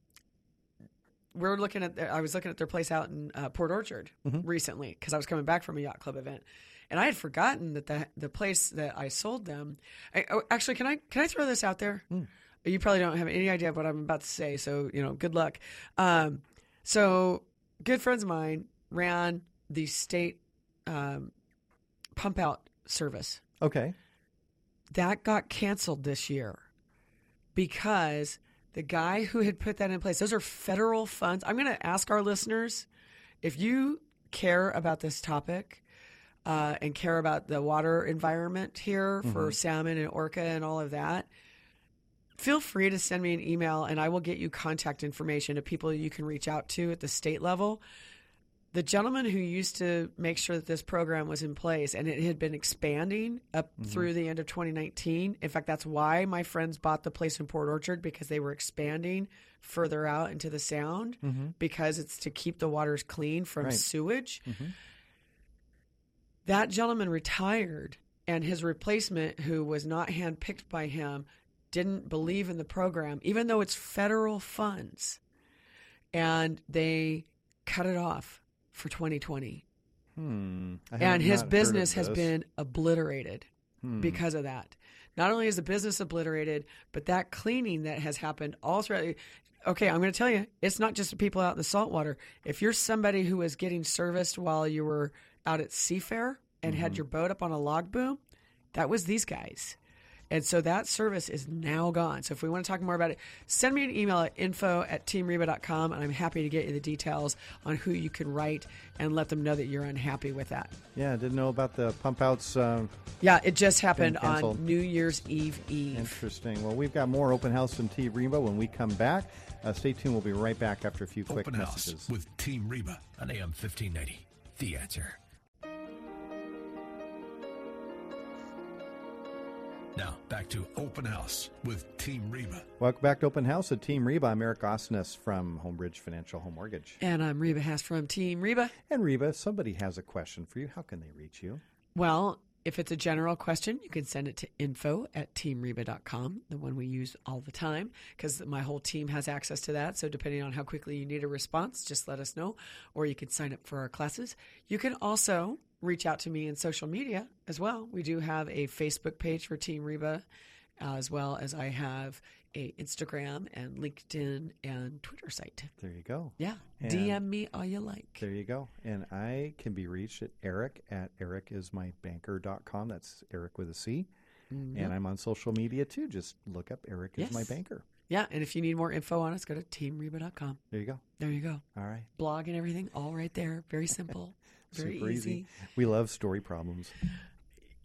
we're looking at. Their, I was looking at their place out in uh, Port Orchard Mm-hmm. recently because I was coming back from a yacht club event, and I had forgotten that the the place that I sold them. I, oh, actually, can I can I throw this out there? Hmm. You probably don't have any idea of what I'm about to say, so you know, good luck. Um, so, good friends of mine ran the state um, pump out service Okay. that got canceled this year because the guy who had put that in place, those are federal funds. I'm going to ask our listeners if you care about this topic uh, and care about the water environment here for salmon and orca and all of that. Feel free to send me an email and I will get you contact information of people you can reach out to at the state level the gentleman who used to make sure that this program was in place and it had been expanding up through the end of 2019. In fact, that's why my friends bought the place in Port Orchard because they were expanding further out into the sound because it's to keep the waters clean from Right. sewage. Mm-hmm. That gentleman retired and his replacement who was not handpicked by him didn't believe in the program even though it's federal funds and they cut it off for 2020. Hmm. I have And his not heard of business has this. been obliterated Hmm. because of that. Not only is the business obliterated, but that cleaning that has happened all throughout. Okay, I'm going to tell you, it's not just the people out in the saltwater. If you're somebody who was getting serviced while you were out at Seafair and Mm-hmm. had your boat up on a log boom, that was these guys. And so that service is now gone. So if we want to talk more about it, send me an email at info at teamreba.com, and I'm happy to get you the details on who you can write and let them know that you're unhappy with that. Yeah, I didn't know about the pump outs. Um, Yeah, it just happened canceled. on New Year's Eve Eve. interesting. Well, we've got more open house from T. Reba when we come back. Uh, stay tuned. We'll be right back after a few quick Open messages. House with Team Reba on AM 1590. The answer. Now, back to Open House with Team Reba. Welcome back to Open House at Team Reba. I'm Eric Osnes from Homebridge Financial Home Mortgage. And I'm Reba Haas from Team Reba. And Reba, if somebody has a question for you. How can they reach you? Well, if it's a general question, you can send it to info at teamreba.com, the one we use all the time, because my whole team has access to that. So, depending on how quickly you need a response, just let us know, or you can sign up for our classes. You can also reach out to me in social media as well. We do have a Facebook page for Team Reba, as well as I have a Instagram and LinkedIn and Twitter site. There you go. Yeah, And- DM me all you like. There you go. And I can be reached at Eric at ericismybanker.com. That's Eric with a C. And I'm on social media too. Just look up Eric Mm-hmm. Yes. is my banker. Yeah, and if you need more info on us, go to teamreba.com. There you go. There you go. All right. Blog and everything, all right there. Very simple, very Super easy. We love story problems.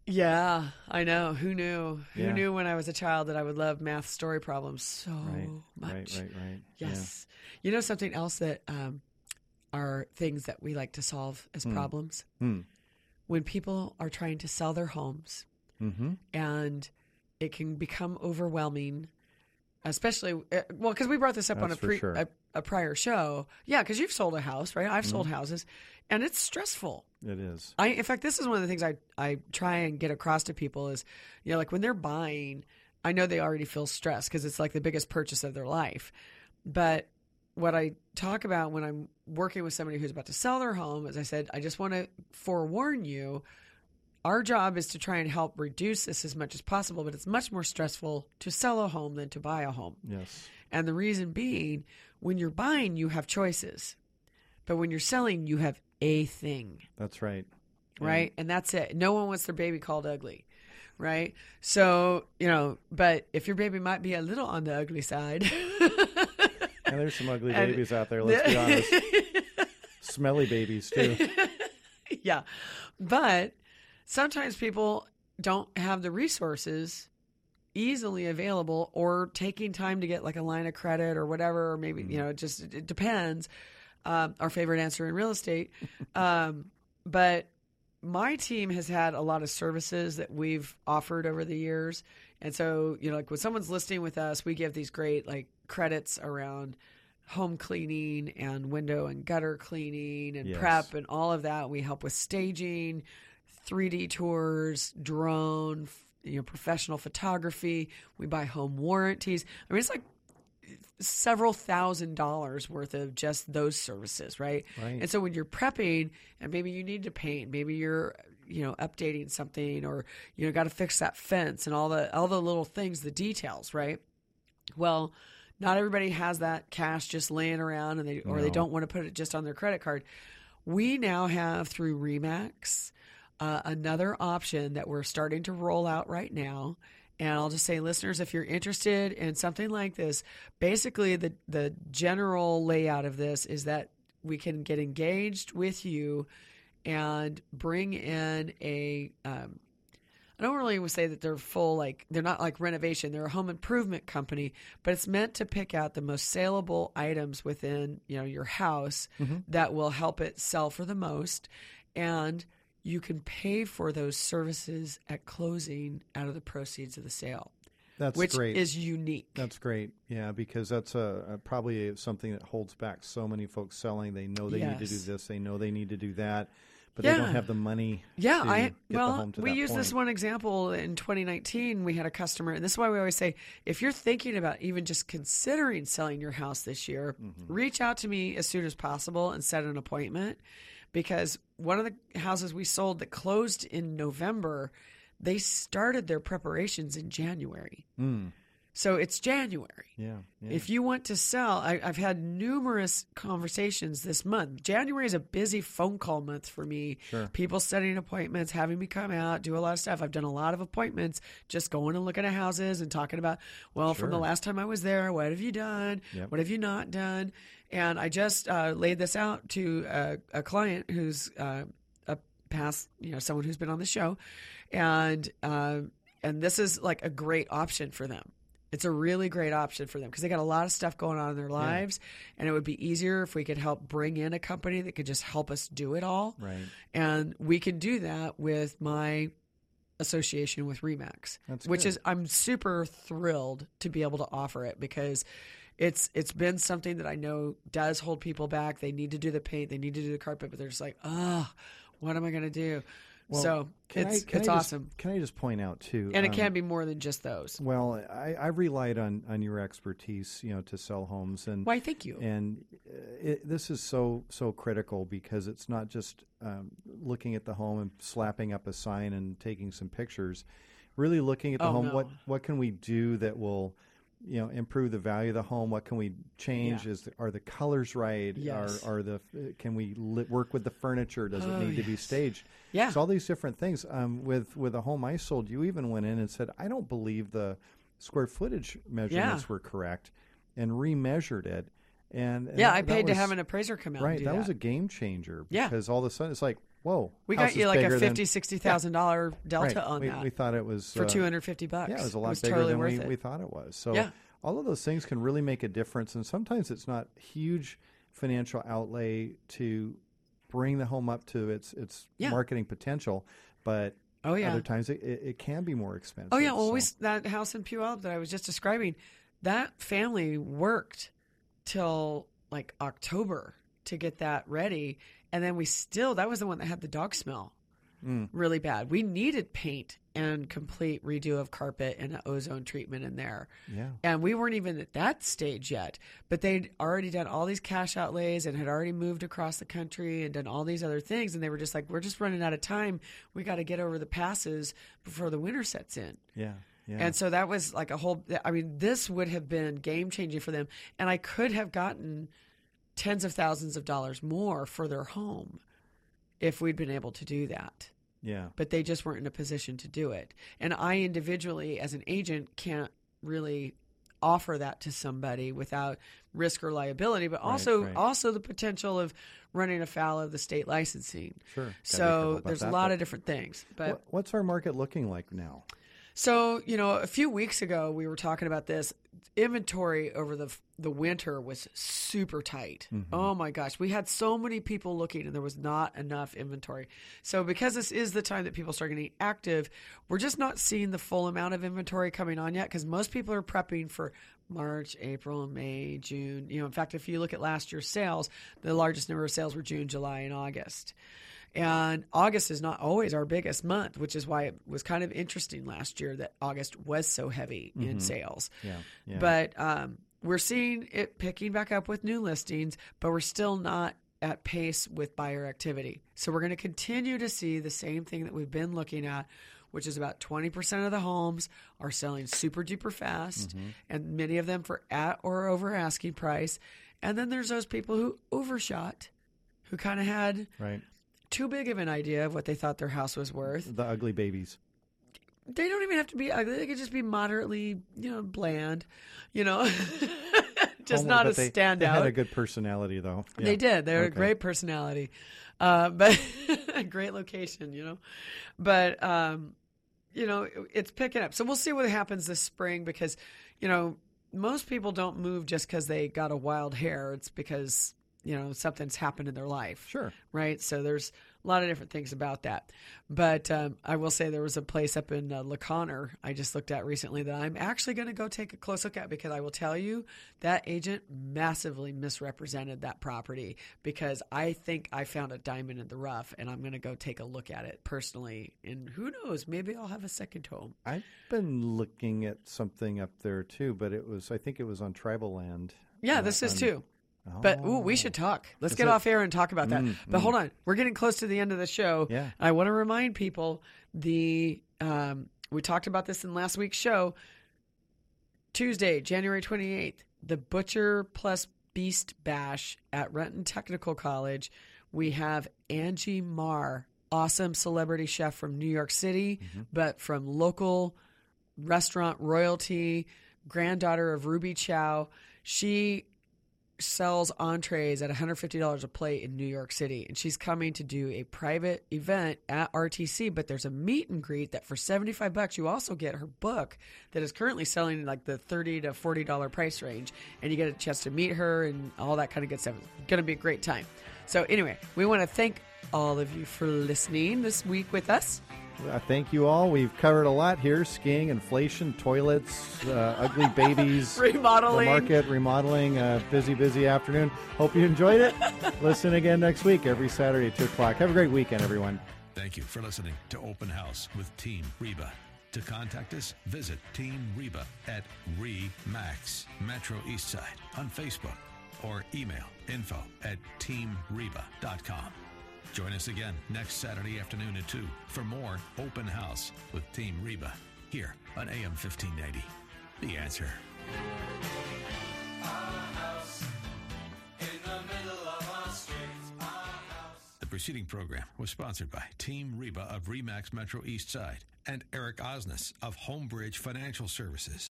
Yeah, I know. Who knew? Who Yeah. knew when I was a child that I would love math story problems so Right. Oh, much? Right, right, right. Yes. You know something else that um, are things that we like to solve as problems? Yeah. Hmm. When people are trying to sell their homes, Mm-hmm. and it can become overwhelming especially uh, well because we brought this up on a, That's for pre, sure. Mm-hmm. a, a prior show yeah because you've sold a house right i've sold houses and it's stressful It is. I, in fact, this is one of the things I, I try and get across to people is, you know, like when they're buying, I know they already feel stressed because it's like the biggest purchase of their life. But what I talk about when I'm working with somebody who's about to sell their home is I said, I just want to forewarn you. Our job is to try and help reduce this as much as possible, but it's much more stressful to sell a home than to buy a home. Yes. And the reason being, when you're buying, you have choices. But when you're selling, you have a thing, That's right. right? And that's it. No one wants their baby called ugly, right? So, you know, but if your baby might be a little on the ugly side, And there's some ugly And- babies out there, let's be honest. Smelly babies, too. yeah. But sometimes people don't have the resources easily available or taking time to get like a line of credit or whatever, or maybe, Mm. you know, it just it depends. Um, our favorite answer in real estate. Um, but my team has had a lot of services that we've offered over the years. And so, you know, like when someone's listing with us, we give these great like credits around home cleaning and window and gutter cleaning and Yes. prep and all of that. We help with staging, 3D tours, drone, f- you know, professional photography. We buy home warranties. I mean, it's like several thousand dollars worth of just those services, right? Right. And so when you're prepping and maybe you need to paint, maybe you're you know updating something or you know got to fix that fence and all the all the little things, the details, right? Well, not everybody has that cash just laying around and they or they No. don't want to put it just on their credit card. We now have through Remax uh, another option that we're starting to roll out right now. And I'll just say, listeners, if you're interested in something like this, basically the, the general layout of this is that we can get engaged with you and bring in a um, I don't really would say that they're full like they're not like renovation. They're a home improvement company, but it's meant to pick out the most saleable items within you know your house Mm-hmm. that will help it sell for the most, and you can pay for those services at closing out of the proceeds of the sale, That's which great. is unique. That's great. Yeah, because that's a, a probably a, something that holds back so many folks selling. They know they need to do Yes. this. They know they need to do that, but they Yeah. don't have the money. Yeah, to I get the well, home to we that use this point. one example in 2019. We had a customer, and this is why we always say, if you're thinking about even just considering selling your house this year, Mm-hmm. reach out to me as soon as possible and set an appointment. Because one of the houses we sold that closed in November, they started their preparations in January. So it's January. Mm, Yeah, yeah. If you want to sell, I, I've had numerous conversations this month. January is a busy phone call month for me. People setting appointments, having me come out, do a lot of stuff. I've done a lot of appointments, just going and looking at houses and talking about, well, from the Sure. last time I was there, what have you done? Yep. What have you not done? And I just uh, laid this out to a, a client who's uh, a past, you know, someone who's been on the show, and um, and this is like a great option for them. It's a really great option for them because they got a lot of stuff going on in their lives, and it would be easier if we could help bring in a company that could just help us do it all. right. And we can do that with my association with Remax, That's which good. is I'm super thrilled to be able to offer it because it's it's been something that I know does hold people back. They need to do the paint, they need to do the carpet, but they're just like, oh, what am I going to do? so Can I- it's can it's I just- awesome, Can I just point out too? and it um, Mm. can be more than just those. Well, I, I relied on on your expertise, you know, to sell homes and Why? Thank you. and uh, it, this is so so critical because it's not just um, looking at the home and slapping up a sign and taking some pictures really looking at the Oh, home what no. what can we do that will you know improve the value of the home what can we change Yeah. is the, are the colors right Yes. are, are the uh, can we li- work with the furniture does it Oh, need to be yes. staged Yeah. it's all these different things um, with with a home i sold you even went in and said i don't believe the square footage measurements were correct and remeasured it. And, and yeah, that- I that paid to was- have an appraiser come out. right. and do that, was a game changer Yeah. because all of a sudden it's like, whoa, we house got you is like a bigger than- fifty, sixty thousand dollar delta right, on we, that We thought it was for uh, two hundred fifty bucks. Yeah, it was a lot bigger totally than worth we, it. we thought it was. So Yeah. all of those things can really make a difference, and sometimes it's not huge financial outlay to bring the home up to its its Yeah. marketing potential, but Oh, yeah. other times it, it, it can be more expensive. Oh yeah, well, so- we, s- that house in Puyallup that I was just describing, that family worked till like October to get that ready, mm, and then we still that was the one that had the dog smell really bad. We needed paint and complete redo of carpet and an ozone treatment in there. Yeah. And we weren't even at that stage yet, but they'd already done all these cash outlays and had already moved across the country and done all these other things. And they were just like, we're just running out of time. We got to get over the passes before the winter sets in. Yeah. Yeah. And so that was like a whole, I mean, this would have been game changing for them. And I could have gotten tens of thousands of dollars more for their home if we'd been able to do that. yeah. But they just weren't in a position to do it. And I individually, as an agent, can't really offer that to somebody without risk or liability, but also right. also the potential of running afoul of the state licensing. Sure. Gotta be careful So about there's a that, lot but- of different things. But What- what's our market looking like now? so, you know, a few weeks ago we were talking about this inventory over the the winter was super tight. Oh my gosh, we had so many people looking and there was not enough inventory. So, because this is the time that people start getting active, we're just not seeing the full amount of inventory coming on yet cuz most people are prepping for March, April, May, June. You know, in fact, if you look at last year's sales, the largest number of sales were June, July, and August. And August is not always our biggest month, which is why it was kind of interesting last year that August was so heavy in sales. Yeah, yeah. But um, we're seeing it picking back up with new listings, but we're still not at pace with buyer activity. So we're going to continue to see the same thing that we've been looking at, which is about 20% of the homes are selling super duper fast, and many of them for at or over asking price. And then there's those people who overshot, who kind of had Right. too big of an idea of what they thought their house was worth. The ugly babies. They don't even have to be ugly. They could just be moderately, you know, bland, you know, just Only- not a but they- standout. They had a good personality, though. They did. They were a Okay. great personality, uh, but a great location, you know. But um, you know, it- it's picking up. So we'll see what happens this spring because, you know, most people don't move just because they got a wild hair. It's because you know something's happened in their life. Sure. Right. So there's a lot of different things about that. But um, I will say there was a place up in uh, LeConner I just looked at recently that I'm actually going to go take a close look at because I will tell you that agent massively misrepresented that property because I think I found a diamond in the rough and I'm going to go take a look at it personally. And who knows, maybe I'll have a second home. I've been looking at something up there too, but it was I think it was on tribal land. uh, Oh. Yeah, this is too. But ooh, we should talk. Let's get it- off air and talk about that. but hold on, we're getting close to the end of the show. Yeah. I want to remind people the um, we talked about this in last week's show. Tuesday, January twenty eighth, the Butcher Plus Beast Bash at Renton Technical College. We have Angie Marr, awesome celebrity chef from New York City, but from local restaurant royalty, granddaughter of Ruby Chow. She sells entrees at $150 a plate in New York City. And she's coming to do a private event at RTC, but there's a meet and greet that for 75 bucks you also get her book that is currently selling in like the 30 to $40 price range and you get a chance to meet her and all that kind of good stuff. It's going to be a great time. So anyway, we want to thank all of you for listening this week with us. Uh, thank you all. We've covered a lot here: skiing, inflation, toilets, uh, ugly babies, Remodeling. the market, remodeling. Uh, busy, busy afternoon. Hope you enjoyed it. Listen again next week, every Saturday at two o'clock. Have a great weekend, everyone. Thank you for listening to Open House with Team Reba. To contact us, visit Team Reba at REMAX Metro Eastside on Facebook or email info at teamreba.com. Join us again next Saturday afternoon at 2 for more Open House with Team Reba here on AM 1590. The answer. The preceding program was sponsored by Team Reba of REMAX Metro East Side and Eric Osnes of Homebridge Financial Services.